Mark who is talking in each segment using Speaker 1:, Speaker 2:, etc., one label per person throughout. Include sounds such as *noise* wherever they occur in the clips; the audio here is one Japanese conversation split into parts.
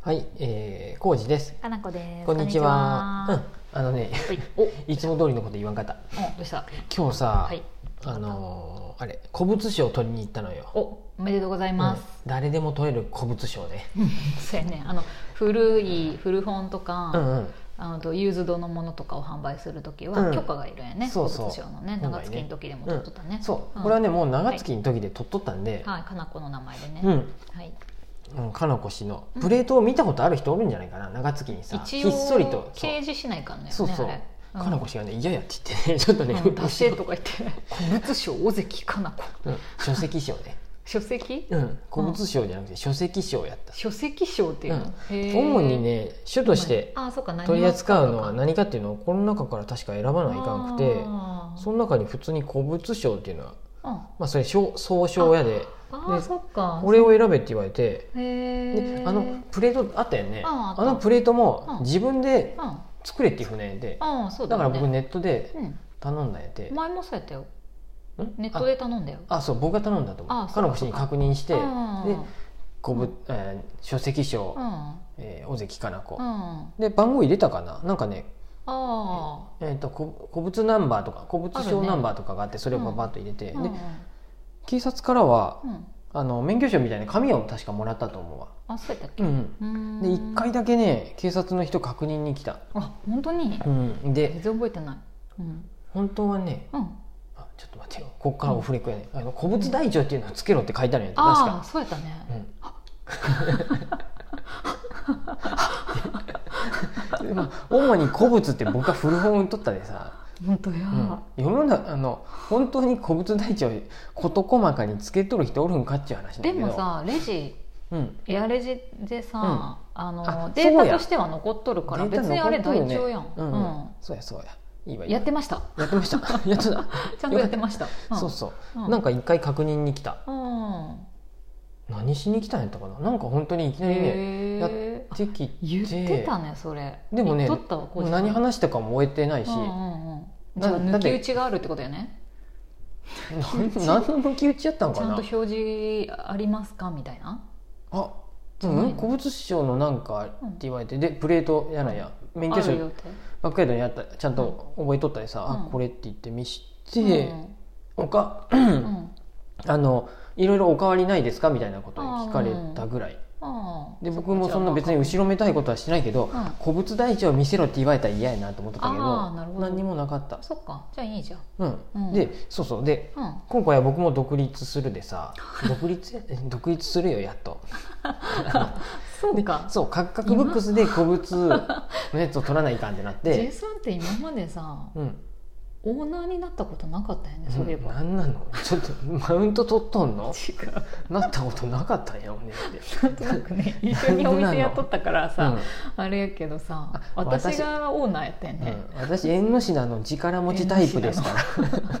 Speaker 1: はい、えー、浩二です。
Speaker 2: かなこです。
Speaker 1: こんにちは。
Speaker 2: こん
Speaker 1: う
Speaker 2: に
Speaker 1: ん、あのね、
Speaker 2: ちは。はい。
Speaker 1: いつも通りのこと言わんかった。
Speaker 2: お、お、どうした。
Speaker 1: 今日さ、
Speaker 2: はい。
Speaker 1: あのーあれ、古物賞取りに行ったのよ。
Speaker 2: お、おめでとうございます。
Speaker 1: うん誰でも取れる古物賞で。
Speaker 2: そうやね。あの古い古本とか、
Speaker 1: うんうん。
Speaker 2: あのとユーズドのものとかを販売するとき
Speaker 1: う
Speaker 2: は
Speaker 1: ん
Speaker 2: 許可がいるんやね。
Speaker 1: そうそう
Speaker 2: 古物商のね、長月の時でも取っとったね。
Speaker 1: そう、
Speaker 2: ん
Speaker 1: これはね、もう長月の時で取っとったんで、
Speaker 2: はい、かなこの名前でね。
Speaker 1: うん、
Speaker 2: はい。
Speaker 1: うん、かのこ氏のプレートを見たことある人おるんじゃないかな、長月にさ、ひっ
Speaker 2: 一応
Speaker 1: そりと。そう
Speaker 2: 掲示しないかんのよね。
Speaker 1: そうそう
Speaker 2: あれ。うん
Speaker 1: かなこ氏がね、嫌やって言ってね、 *laughs* ちょっとね、
Speaker 2: うん出せとか言って。古物商尾関かなこ。
Speaker 1: うん書籍賞ね。
Speaker 2: 書籍？
Speaker 1: うん、古物賞じゃなくて書籍賞やった。
Speaker 2: 書籍賞っていうの。へー
Speaker 1: 主に。ね主として
Speaker 2: あ、そうか。何を
Speaker 1: 取り扱うのは
Speaker 2: か
Speaker 1: 何かっていうのをこの中から確か選ばないかんくてその中に普通に古物商っていうのは、
Speaker 2: あ
Speaker 1: まあ、それ賞総称やで
Speaker 2: ーうんあー
Speaker 1: で
Speaker 2: そっか
Speaker 1: これを選べって言われて
Speaker 2: へ
Speaker 1: で
Speaker 2: え
Speaker 1: あのプレートあったよね
Speaker 2: うんあ
Speaker 1: あ
Speaker 2: った
Speaker 1: のプレートも
Speaker 2: うん
Speaker 1: 自分で
Speaker 2: うん
Speaker 1: 作れっていうふうなんやで
Speaker 2: あーそうだ,、
Speaker 1: だ
Speaker 2: ね、
Speaker 1: から僕ネットで
Speaker 2: うん、
Speaker 1: 頼んだんやて
Speaker 2: 前もそうやったよ
Speaker 1: ん
Speaker 2: ネットで頼んだよ
Speaker 1: ああそう僕が頼んだと思
Speaker 2: あ
Speaker 1: う
Speaker 2: そう
Speaker 1: 彼女に確認して
Speaker 2: う
Speaker 1: で
Speaker 2: ん
Speaker 1: 古物えー書籍賞
Speaker 2: うんうん
Speaker 1: えー尾関かな子
Speaker 2: あ
Speaker 1: で番号入れたかななんかね
Speaker 2: あ
Speaker 1: えー、とこ古物ナンバーとか古物証ナンバーとかがあってそれをパパッと入れて、
Speaker 2: ーうんう
Speaker 1: で
Speaker 2: ん
Speaker 1: 警察からは
Speaker 2: うん
Speaker 1: あの免許証みたいな紙を確かもらったと思うわ、
Speaker 2: あそうやったっけ
Speaker 1: う
Speaker 2: うんー
Speaker 1: うんん、で1回だけね警察の人確認に来た、
Speaker 2: あ本当に
Speaker 1: うん、で
Speaker 2: 全然覚えてないうん
Speaker 1: 本当はね
Speaker 2: うん
Speaker 1: あちょっと待ってよここからオフレコやね、あの古物台帳っていうのをつけろって書いてあるんやん確
Speaker 2: ああ
Speaker 1: か、
Speaker 2: そうやったね
Speaker 1: *laughs*
Speaker 2: *laughs*
Speaker 1: うんまあ、主に古物って僕は古本を取ったでさ
Speaker 2: 本当や
Speaker 1: 世の中あの本当に古物台帳事細かにつけとる人おるんかっていう話だけ
Speaker 2: で
Speaker 1: ど
Speaker 2: も、さレジ
Speaker 1: うん、
Speaker 2: エアレジでさ、あの
Speaker 1: あ
Speaker 2: デ
Speaker 1: そうや
Speaker 2: ータとしては残っとるから
Speaker 1: デー
Speaker 2: 別
Speaker 1: タ
Speaker 2: にあれ台帳やん、
Speaker 1: 残っとるねう
Speaker 2: うん
Speaker 1: ん、そうやそうやいいわいいわ
Speaker 2: やってました
Speaker 1: やってました
Speaker 2: *laughs*
Speaker 1: やってた
Speaker 2: ちゃんとやってました、うん
Speaker 1: そうそう、
Speaker 2: うん
Speaker 1: なんか一回確認に来た
Speaker 2: うん
Speaker 1: 何しに来たんやったかななんか本当にいきなりね
Speaker 2: へ
Speaker 1: やっ
Speaker 2: え
Speaker 1: できて
Speaker 2: 言ってたねそれ
Speaker 1: でもね
Speaker 2: 言っとったわこ
Speaker 1: もう何話したかも終えてないし、
Speaker 2: うんうんうんじゃあ
Speaker 1: なだっ
Speaker 2: 抜
Speaker 1: て
Speaker 2: き打ちがあるってことよね
Speaker 1: なん、 *laughs* 何の抜き打ちやったん
Speaker 2: ち
Speaker 1: か
Speaker 2: ゃん
Speaker 1: な
Speaker 2: と表示ありますかみたいな
Speaker 1: あう
Speaker 2: ゃないの
Speaker 1: ん古物商のなんかって言われてでプレートやなんや免
Speaker 2: あ
Speaker 1: 許
Speaker 2: るよっ
Speaker 1: 証
Speaker 2: て
Speaker 1: バックヤードにあったちゃんと覚えとったりさ、
Speaker 2: う
Speaker 1: あ
Speaker 2: ん
Speaker 1: これって言って見して、
Speaker 2: うん
Speaker 1: 他
Speaker 2: うん
Speaker 1: あのいろいろお変わりないですかみたいなことに聞かれたぐらい、
Speaker 2: うん
Speaker 1: で僕もそんな別に後ろめたいことはしてないけど、
Speaker 2: うん
Speaker 1: 古物台帳を見せろって言われたら嫌やなと思ってたけ
Speaker 2: あ
Speaker 1: ど
Speaker 2: ーなるほど
Speaker 1: 何にもなかった、
Speaker 2: そっかじゃあいいじゃん
Speaker 1: うん
Speaker 2: うん
Speaker 1: でそうそうで
Speaker 2: うん
Speaker 1: 今回は僕も独立するでさ独立や *laughs* 独立するよやっと
Speaker 2: そうか
Speaker 1: そうカッカクブックスで古物のやつを取らないかんってなっ
Speaker 2: J *laughs*
Speaker 1: て、
Speaker 2: さんって今までさ
Speaker 1: うん、
Speaker 2: オーナーになったことなかったよねそういえば
Speaker 1: 何なの *laughs* ちょっとマウント取っとんの *laughs*
Speaker 2: 違う
Speaker 1: なったことなかったんやもんねって、
Speaker 2: *laughs* なんとな
Speaker 1: *laughs*
Speaker 2: くね一緒にお店やっとったから
Speaker 1: う
Speaker 2: さ
Speaker 1: ん、
Speaker 2: あれやけどさ
Speaker 1: あ
Speaker 2: 私がオーナーやったよ
Speaker 1: う
Speaker 2: ね
Speaker 1: ん、私縁の品の力持ちタイプですから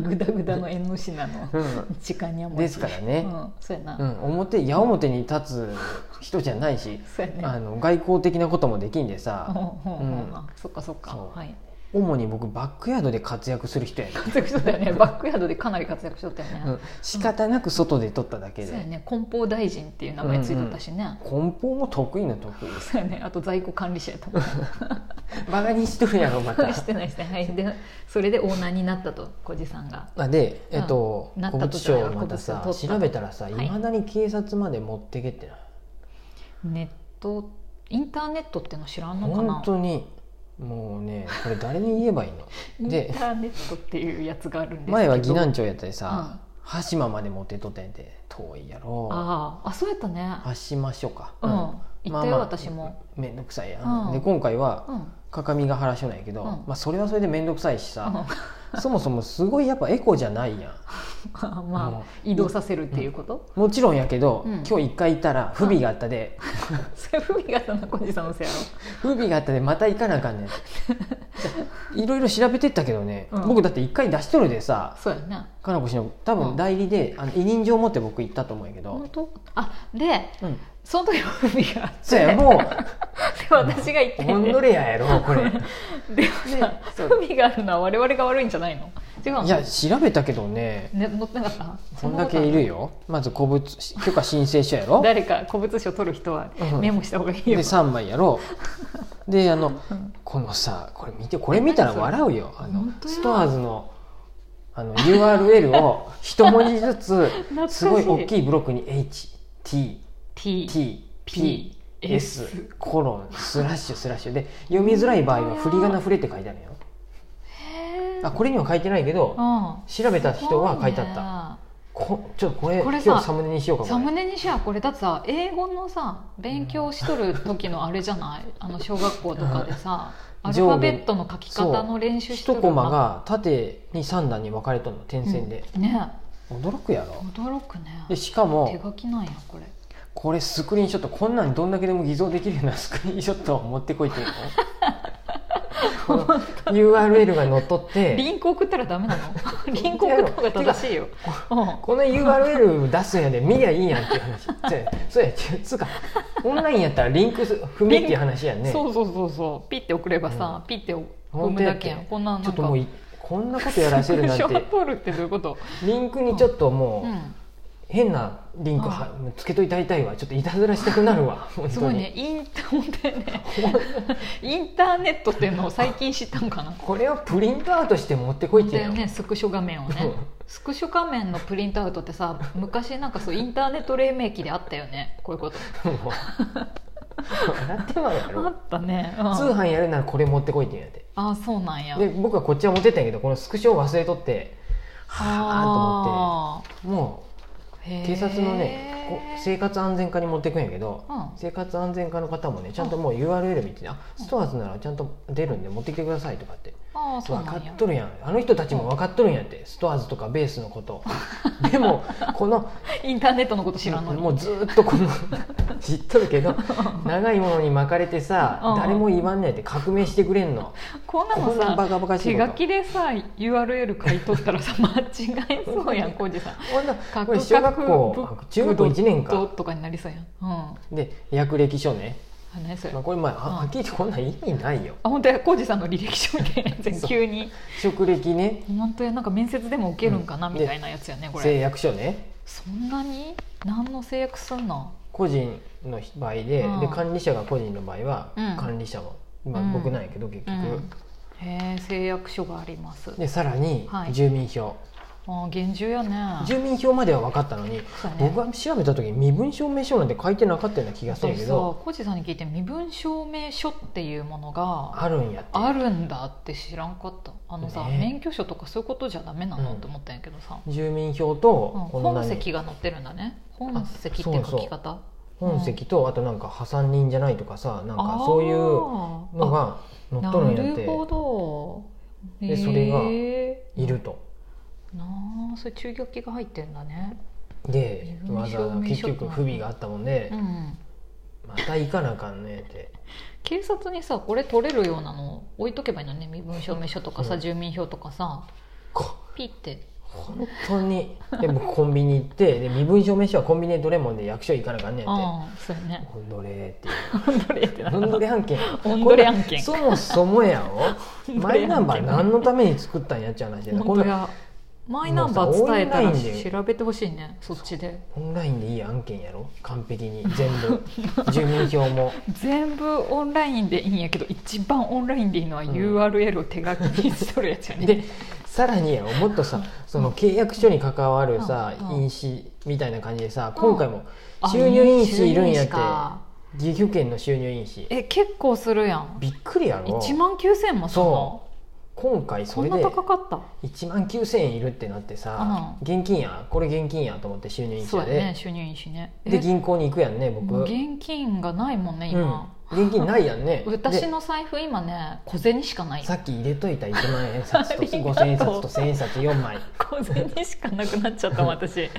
Speaker 2: グダグダの縁の品の
Speaker 1: う
Speaker 2: 時間にゃ
Speaker 1: ん
Speaker 2: も
Speaker 1: ですからね
Speaker 2: う、んそうやな、
Speaker 1: うん、表矢面に立つ人じゃないし、
Speaker 2: そうやね
Speaker 1: あの外交的なこともできんで
Speaker 2: うん
Speaker 1: さ、
Speaker 2: うんうん
Speaker 1: う
Speaker 2: そっかそっか
Speaker 1: そう
Speaker 2: はい
Speaker 1: 主に僕バックヤードで活躍する人やね、
Speaker 2: 活躍しとったよねバックヤードでかなり活躍しとったよね、
Speaker 1: うん、仕方なく外で撮っただけ
Speaker 2: そうや
Speaker 1: で、
Speaker 2: ね梱包大臣っていう名前ついとったしね、
Speaker 1: 梱包も得意な得意です
Speaker 2: そうやねあと在庫管理者やと思
Speaker 1: バカにしとるやろ
Speaker 2: *laughs*
Speaker 1: また
Speaker 2: うしてないしてない
Speaker 1: *laughs*
Speaker 2: はいでそれでオーナーになったと小路さんが
Speaker 1: あで、えっと
Speaker 2: うんなった
Speaker 1: 古
Speaker 2: と
Speaker 1: 物
Speaker 2: じゃない
Speaker 1: 商またさ
Speaker 2: 古物商取った
Speaker 1: 調べたらさい
Speaker 2: はい
Speaker 1: まだに警察まで持ってけってな、
Speaker 2: ネットインターネットっての知らんのか
Speaker 1: 本
Speaker 2: な
Speaker 1: 当にもうねこれ誰に言えばいい
Speaker 2: イ
Speaker 1: の
Speaker 2: ン
Speaker 1: で
Speaker 2: ターネットっていうやつがあるんですけど
Speaker 1: 前は岐南町やったりさ、羽島まで持ってとったんやて遠いやろ
Speaker 2: あああそうやったね
Speaker 1: 羽島署か、
Speaker 2: うん
Speaker 1: うん
Speaker 2: 行ったよ私も
Speaker 1: めんどくさいやん、
Speaker 2: うん
Speaker 1: で今回は
Speaker 2: うん
Speaker 1: 各務原署なんやけど、
Speaker 2: うん
Speaker 1: まあ、それはそれでめんどくさいし
Speaker 2: うん
Speaker 1: さ、そもそもすごいやっぱエコじゃないやん
Speaker 2: あ
Speaker 1: も
Speaker 2: まあ
Speaker 1: う
Speaker 2: 移動させるっていうこと、
Speaker 1: もちろんやけど、
Speaker 2: うん
Speaker 1: 今日一回行ったら不備があった
Speaker 2: *laughs*
Speaker 1: で、
Speaker 2: それ不備があったの小路さんのせいや
Speaker 1: 不備があったでまた行かなあかんねん
Speaker 2: *laughs*
Speaker 1: じゃいろいろ調べてったけどね、
Speaker 2: うん
Speaker 1: 僕だって一回出しとるで
Speaker 2: ろ
Speaker 1: さ
Speaker 2: そうやね
Speaker 1: かなこ氏の多
Speaker 2: う
Speaker 1: 分
Speaker 2: ん
Speaker 1: 代理で、あの委任状持って僕行ったと思うんやけど
Speaker 2: 本、当あで
Speaker 1: うん、
Speaker 2: その時は不備があって
Speaker 1: そうやも
Speaker 2: で私が言っ
Speaker 1: う
Speaker 2: て *laughs*
Speaker 1: ほんどれややろこれ
Speaker 2: でもさ
Speaker 1: そう
Speaker 2: 不備があるのは我々が悪いんじゃないの違うの
Speaker 1: いや調べたけどね
Speaker 2: ね、載ってなかった
Speaker 1: こん
Speaker 2: な
Speaker 1: だ
Speaker 2: と
Speaker 1: け
Speaker 2: ある
Speaker 1: いるよまず古物許可申請書やろ
Speaker 2: 誰か古物書取る人は
Speaker 1: うん
Speaker 2: メモした方がいい
Speaker 1: で
Speaker 2: よ、
Speaker 1: 3枚やろであの
Speaker 2: うん
Speaker 1: このさこれ見てこれ見たら笑うよあの
Speaker 2: 本当よ
Speaker 1: ストアーズのあの URL を一文字ずつ
Speaker 2: 懐かしい
Speaker 1: すごい大きいブロックに HTTPS
Speaker 2: T P S
Speaker 1: コロンスラッシュスラッシュで読みづらい場合は振り仮名振れって書いてあるよ
Speaker 2: へー
Speaker 1: あこれには書いてないけど
Speaker 2: う
Speaker 1: 調べた
Speaker 2: ん
Speaker 1: 人は書いてあった
Speaker 2: た
Speaker 1: こちょっとこれ
Speaker 2: これさ
Speaker 1: 今日サムネにしようかこれ
Speaker 2: サムネにしやこれだってさ英語のさ勉強しとる時のあれじゃないあの小学校とかでさ
Speaker 1: うん
Speaker 2: アルファベットの書き方の練習しと
Speaker 1: 一
Speaker 2: る
Speaker 1: コマが縦に3段に分かれとるの点線で、
Speaker 2: うんね
Speaker 1: 驚くやろ
Speaker 2: 驚くね
Speaker 1: でしか
Speaker 2: 手
Speaker 1: も
Speaker 2: 書きなんやこれ
Speaker 1: これスクリーンショットこんなんどんだけでも偽造できるようなスクリーンショットを持ってこいっていうのこの URL が載っとって
Speaker 2: リンク送ったらダメ
Speaker 1: *laughs*
Speaker 2: なのリンク送った方が正しいようん
Speaker 1: この URL 出すんやで見りゃいいやんっていう話そうやそうやつうかオンラインやったらリンク踏みっていう話やんねちょ
Speaker 2: そうそうそうそうピッて送ればさ、ピッて踏むだけやん
Speaker 1: 本当やって
Speaker 2: こんなんなんか
Speaker 1: っともういこんなことやらせ
Speaker 2: *laughs*
Speaker 1: るなん
Speaker 2: スクショ
Speaker 1: て
Speaker 2: 取るってどういうこと、
Speaker 1: リンクにちょっともう、
Speaker 2: うん
Speaker 1: 変なリンクはつけといたいたいわちょっといたずらしたくなるわ本
Speaker 2: す
Speaker 1: 当
Speaker 2: ごい
Speaker 1: に、
Speaker 2: ねインタ本当やねインターネットっていうのを最近知ったんかな
Speaker 1: *laughs* これをプリントアウトして持ってこいって
Speaker 2: だ
Speaker 1: 言
Speaker 2: よ
Speaker 1: うの
Speaker 2: ねスクショ画面を
Speaker 1: う
Speaker 2: ね
Speaker 1: ん
Speaker 2: スクショ画面のプリントアウトってさ昔なんかそうインターネット黎明期であったよねこういうこと
Speaker 1: もう笑ってまうや
Speaker 2: あ
Speaker 1: ろ
Speaker 2: ったね、う
Speaker 1: 通
Speaker 2: ん、
Speaker 1: 販やるならこれ持ってこいって言うんやて
Speaker 2: あそうなんや
Speaker 1: で僕はこっちは持ってったんやけどこのスクショを忘れとってはあと思
Speaker 2: あ
Speaker 1: って
Speaker 2: ー
Speaker 1: もう警察のねこ
Speaker 2: へー
Speaker 1: う生活安全課に持ってくんやけど
Speaker 2: うん
Speaker 1: 生活安全課の方もねちゃんともう URL 見てねあストアーズならちゃんと出るんで持ってきてくださいとかって
Speaker 2: あーそう
Speaker 1: 分
Speaker 2: な
Speaker 1: か
Speaker 2: んや
Speaker 1: っとるやんあの人たちも分かっとるんやってストアーズとかベースのこと *laughs* でもこの
Speaker 2: インターネットのこと知らんのに
Speaker 1: もうずーっとこ
Speaker 2: *laughs*
Speaker 1: の知っとるけど長いものに巻かれて
Speaker 2: う
Speaker 1: さ
Speaker 2: ん
Speaker 1: 誰も言わんねえって革命してくれんの
Speaker 2: こんな
Speaker 1: こ
Speaker 2: の
Speaker 1: んな
Speaker 2: さ
Speaker 1: バカバカしい
Speaker 2: 手
Speaker 1: こ
Speaker 2: 書
Speaker 1: と
Speaker 2: きでさ URL 書いとった
Speaker 1: *laughs*
Speaker 2: らさ間違えそうやん浩二さん
Speaker 1: こんな
Speaker 2: カ
Speaker 1: これ
Speaker 2: ク
Speaker 1: 小
Speaker 2: カ
Speaker 1: 学
Speaker 2: ク
Speaker 1: 校
Speaker 2: ブ
Speaker 1: 中学校1年
Speaker 2: ブドッ
Speaker 1: か
Speaker 2: トとかになりそうやんうんあ
Speaker 1: で役歴書ね、
Speaker 2: 何それ
Speaker 1: まあ、
Speaker 2: あ
Speaker 1: これまあ
Speaker 2: うん
Speaker 1: はっきり言ってこんなん意味ないよ
Speaker 2: 本当や浩二さんの履歴書みたいなやつやん
Speaker 1: そう
Speaker 2: 急に
Speaker 1: 職歴ね
Speaker 2: 本当やなんか面接でも受けるんかな
Speaker 1: うん
Speaker 2: みたいなやつやねこれ
Speaker 1: 誓約書ね
Speaker 2: そんなに何の制約すんの
Speaker 1: 個人の場合で,、
Speaker 2: うん
Speaker 1: で管理者が個人の場合は
Speaker 2: うん
Speaker 1: 管理者も、
Speaker 2: う
Speaker 1: 今
Speaker 2: ん
Speaker 1: 僕なんやけど結
Speaker 2: う
Speaker 1: 局、
Speaker 2: んへえ制約書があります
Speaker 1: でさらに
Speaker 2: はい
Speaker 1: 住民票、
Speaker 2: ああ厳重やね
Speaker 1: 住民票までは分かったのに、
Speaker 2: そうやね
Speaker 1: 僕が調べた時に身分証明書なんて書いてなかったような気がす
Speaker 2: そ
Speaker 1: る
Speaker 2: う
Speaker 1: け
Speaker 2: さ
Speaker 1: ど
Speaker 2: 浩二さんに聞いて身分証明書っていうものが
Speaker 1: あるんやって
Speaker 2: あるんだって知らんかったあのさ、
Speaker 1: ね
Speaker 2: 免許証とかそういうことじゃダメなの
Speaker 1: うん
Speaker 2: と思ったんやけどさ、
Speaker 1: 住民票
Speaker 2: うん
Speaker 1: とこんな
Speaker 2: 本
Speaker 1: に
Speaker 2: 籍が載ってるんだね本籍って
Speaker 1: そう
Speaker 2: 書
Speaker 1: そう
Speaker 2: き方
Speaker 1: 本籍とあとなんか破産人じゃないとかさなん
Speaker 2: あ
Speaker 1: か
Speaker 2: ー
Speaker 1: そういうのが載っとるんやっ
Speaker 2: なるほ
Speaker 1: て
Speaker 2: ど
Speaker 1: でそれが
Speaker 2: へー
Speaker 1: いると。
Speaker 2: なあそれ中玉期が入ってんだね
Speaker 1: で
Speaker 2: 身分
Speaker 1: わ
Speaker 2: 証明
Speaker 1: ざわざ結
Speaker 2: 書
Speaker 1: 局不備があったもんで、
Speaker 2: うん
Speaker 1: また行かなあかんねって
Speaker 2: 警察にさこれ取れるようなの置いとけばいいのね身分証明書とかさ、
Speaker 1: うん
Speaker 2: 住民票とかさ
Speaker 1: こ
Speaker 2: ピッて
Speaker 1: 本当にで僕コンビニ行ってで身分証明書はコンビニでどれもんで役所行かなあかんねんって。
Speaker 2: ああそうやね
Speaker 1: おんどれーっていう
Speaker 2: どれってな
Speaker 1: おんどれ案件
Speaker 2: おんどれ案件
Speaker 1: そもそもやろ
Speaker 2: おんどれ
Speaker 1: マイ
Speaker 2: 案件
Speaker 1: ナンバー何のために作ったんやっちゃう話でこん
Speaker 2: 本当
Speaker 1: な
Speaker 2: やマイナンバー伝えた
Speaker 1: もうさオ
Speaker 2: ら
Speaker 1: ンラインで
Speaker 2: 調べてほしいねそっちで
Speaker 1: オンラインでいい案件やろ完璧に全部
Speaker 2: *laughs*
Speaker 1: 住民票も
Speaker 2: 全部オンラインでいいんやけど一番オンラインでいいのは
Speaker 1: うん
Speaker 2: URL を手書きにしとるやつやね、
Speaker 1: でさらにやろもっとさその契約書に関わるさ
Speaker 2: うんうん
Speaker 1: 印紙みたいな感じでさ
Speaker 2: うん
Speaker 1: 今回も
Speaker 2: あ
Speaker 1: 収入印紙いるんやっ
Speaker 2: 収入印紙か
Speaker 1: て岐阜県の収入印紙
Speaker 2: え結構するやん
Speaker 1: びっくりやろ
Speaker 2: 1万9000円もす
Speaker 1: そ
Speaker 2: るの
Speaker 1: う今回そ
Speaker 2: そん
Speaker 1: れ
Speaker 2: な
Speaker 1: で
Speaker 2: 高かった
Speaker 1: 1万9000円いるってなってさ現金やこれ現金やと思って収入印
Speaker 2: そう
Speaker 1: 紙
Speaker 2: や
Speaker 1: やで
Speaker 2: ね収入印紙ねえ
Speaker 1: で銀行に行くやんね僕
Speaker 2: もう現金がないもんね今、
Speaker 1: うん、現金ないやんね
Speaker 2: *laughs* 私
Speaker 1: で
Speaker 2: の財布今ね小銭しかない
Speaker 1: さっき入れといた1万円札と
Speaker 2: *laughs* ありがとう
Speaker 1: 5000円札と1000円札4枚
Speaker 2: 小銭しかなくなっ
Speaker 1: *laughs*
Speaker 2: ちゃったもん私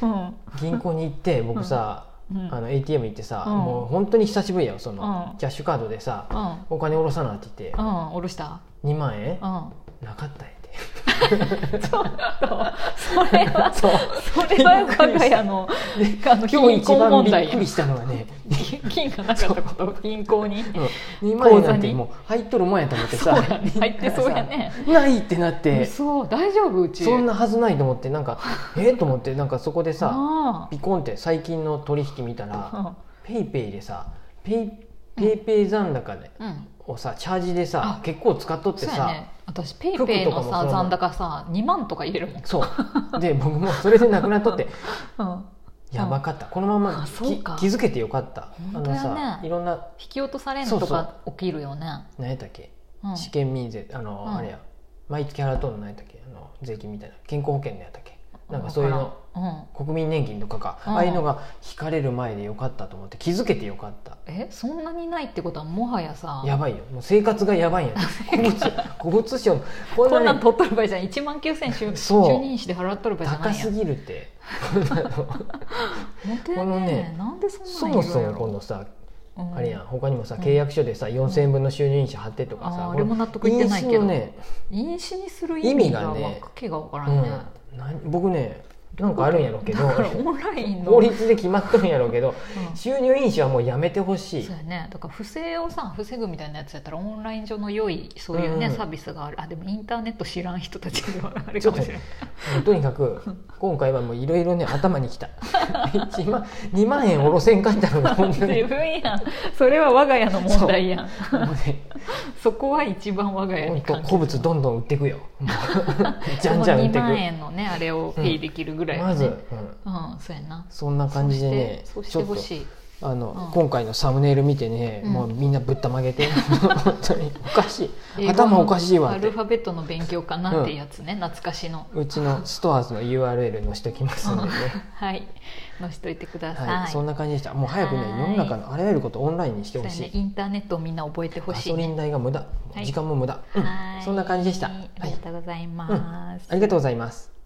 Speaker 2: うん
Speaker 1: 銀行に行って僕さ、
Speaker 2: うん
Speaker 1: あの ATM 行ってさ、
Speaker 2: うん
Speaker 1: もう本当に久しぶりやよその、
Speaker 2: うん
Speaker 1: キャッシュカードでさ、
Speaker 2: うん
Speaker 1: お金下ろさなって言って
Speaker 2: う、ん、おろした。
Speaker 1: 2万円
Speaker 2: うん。
Speaker 1: なかったんやて
Speaker 2: ちょっと *laughs* それは
Speaker 1: *laughs* そう
Speaker 2: それは我が家のあの
Speaker 1: 今日
Speaker 2: 貧
Speaker 1: 一
Speaker 2: 困
Speaker 1: 番
Speaker 2: 問
Speaker 1: びっ
Speaker 2: 題
Speaker 1: くりしたのはね
Speaker 2: 金がなかったこと銀行に
Speaker 1: 2万円なん
Speaker 2: 口座
Speaker 1: て
Speaker 2: に
Speaker 1: もう入っとるもんやと思って
Speaker 2: そう
Speaker 1: さ
Speaker 2: やね入ってそうや
Speaker 1: *laughs*
Speaker 2: ね
Speaker 1: ないってなって
Speaker 2: そう大丈夫うち
Speaker 1: そんなはずないと思ってなんかえっと思ってなんかそこでさ
Speaker 2: あ
Speaker 1: ピコンって最近の取引見たら
Speaker 2: あ
Speaker 1: ペイペイでさペイペイペイ残高で
Speaker 2: うんうん
Speaker 1: をさチャージでさ
Speaker 2: あ
Speaker 1: 結構使っとって
Speaker 2: そうや
Speaker 1: さ
Speaker 2: ね私ペイペイの
Speaker 1: 服とかもそ
Speaker 2: さ
Speaker 1: う
Speaker 2: 残高さ2万とか入れるもん
Speaker 1: そうで僕も *laughs* それでなくなっとって
Speaker 2: うん
Speaker 1: やばかったこのまま
Speaker 2: あ
Speaker 1: き
Speaker 2: そうか
Speaker 1: 気づけてよかったあ
Speaker 2: 本当
Speaker 1: の
Speaker 2: やね
Speaker 1: さいろんな
Speaker 2: 引き落とされんと
Speaker 1: そう
Speaker 2: か起きるよね
Speaker 1: 何やったっけ
Speaker 2: うん
Speaker 1: 試験民税あ
Speaker 2: うん
Speaker 1: のあれや毎月払うとんの何やったっけあの税金みたいな健康保険のやったっけなんかそういうの
Speaker 2: わからんうん
Speaker 1: 国民年金とかか
Speaker 2: うん
Speaker 1: ああいうのが引かれる前でよかったと思って気づけてよかった
Speaker 2: えそんなにないってことはもはやさ
Speaker 1: やばいよもう生活がやばいんや古物古物商こ
Speaker 2: こん
Speaker 1: んな
Speaker 2: な
Speaker 1: んに
Speaker 2: 取っとる場合じゃん1万9000就
Speaker 1: そう
Speaker 2: 就任して払っとる場合じゃな
Speaker 1: 高
Speaker 2: いや
Speaker 1: す
Speaker 2: ん
Speaker 1: ぎるって
Speaker 2: 本当や
Speaker 1: この
Speaker 2: ね
Speaker 1: ね
Speaker 2: なんでそん
Speaker 1: そ
Speaker 2: なん
Speaker 1: も
Speaker 2: いるんや
Speaker 1: そも
Speaker 2: ろ
Speaker 1: このさ
Speaker 2: うん
Speaker 1: あれやん他にもさ
Speaker 2: うん
Speaker 1: 契約書でさ4000円分の収入印紙貼ってとか
Speaker 2: あ
Speaker 1: さ
Speaker 2: ーあ
Speaker 1: こ
Speaker 2: れ
Speaker 1: の
Speaker 2: も納得いってないけ
Speaker 1: 印
Speaker 2: ど
Speaker 1: 紙のね
Speaker 2: 飲酒にする
Speaker 1: 意
Speaker 2: 意
Speaker 1: 味
Speaker 2: 味
Speaker 1: が
Speaker 2: が
Speaker 1: ね
Speaker 2: わけがわから
Speaker 1: うん
Speaker 2: ね、
Speaker 1: んなん僕ねなんかあるんやろうけど
Speaker 2: だからオンラインの、
Speaker 1: 法
Speaker 2: うん
Speaker 1: 律で決まっとるんやろうけど
Speaker 2: そ
Speaker 1: 収入印紙はもうやめてほしいう
Speaker 2: やねだから不正をさ防ぐみたいなやつやったらオンライン上の良いそういうね、
Speaker 1: うん
Speaker 2: サービスがあるあでもインターネット知らん人たちではあれ
Speaker 1: ち
Speaker 2: か
Speaker 1: ょっ
Speaker 2: も
Speaker 1: と
Speaker 2: しれない
Speaker 1: ねとにかく今回はもういろいろね頭にきた *laughs* 一万2万円おろせんかったのが本当
Speaker 2: *laughs* 自
Speaker 1: に
Speaker 2: 分やんそれは我が家の問題やん
Speaker 1: もうね
Speaker 2: そこは一番我が家
Speaker 1: 本
Speaker 2: に
Speaker 1: 当
Speaker 2: 感じ
Speaker 1: 古物どんどん売ってく
Speaker 2: *laughs*
Speaker 1: よもうじゃんじゃん売って
Speaker 2: その2万
Speaker 1: く
Speaker 2: 円のねあれをペイできるぐらい、ね
Speaker 1: まず、うん、
Speaker 2: うんそうやな
Speaker 1: そんな感じでね
Speaker 2: そうし
Speaker 1: ち
Speaker 2: て
Speaker 1: ょっ
Speaker 2: ほ
Speaker 1: と
Speaker 2: しい
Speaker 1: あの、
Speaker 2: うん
Speaker 1: 今回のサムネイル見てね、
Speaker 2: うん
Speaker 1: もうみんなぶったまげて
Speaker 2: *laughs*
Speaker 1: 本当におかしい
Speaker 2: 英語
Speaker 1: 頭
Speaker 2: の
Speaker 1: おかしいわ
Speaker 2: ア
Speaker 1: っ
Speaker 2: ル
Speaker 1: て
Speaker 2: ファベットの勉強かなっていうやつね、懐かしの
Speaker 1: うちのストアーズの URL 載しときますのでね、
Speaker 2: *laughs* はい載せといてください、
Speaker 1: はい、そんな感じでしたもう早くね
Speaker 2: はい
Speaker 1: 世の中のあらゆることをオンラインにして
Speaker 2: そ
Speaker 1: ほ
Speaker 2: うや
Speaker 1: しい、
Speaker 2: ねインターネットをみんな覚えてほ
Speaker 1: ガ
Speaker 2: しい
Speaker 1: ソ
Speaker 2: ね、
Speaker 1: リン代が無駄、
Speaker 2: はい
Speaker 1: 時間も無駄、うん
Speaker 2: はい
Speaker 1: そんな感じでした、は
Speaker 2: あり
Speaker 1: い
Speaker 2: が、とうございます、
Speaker 1: ありがとうございます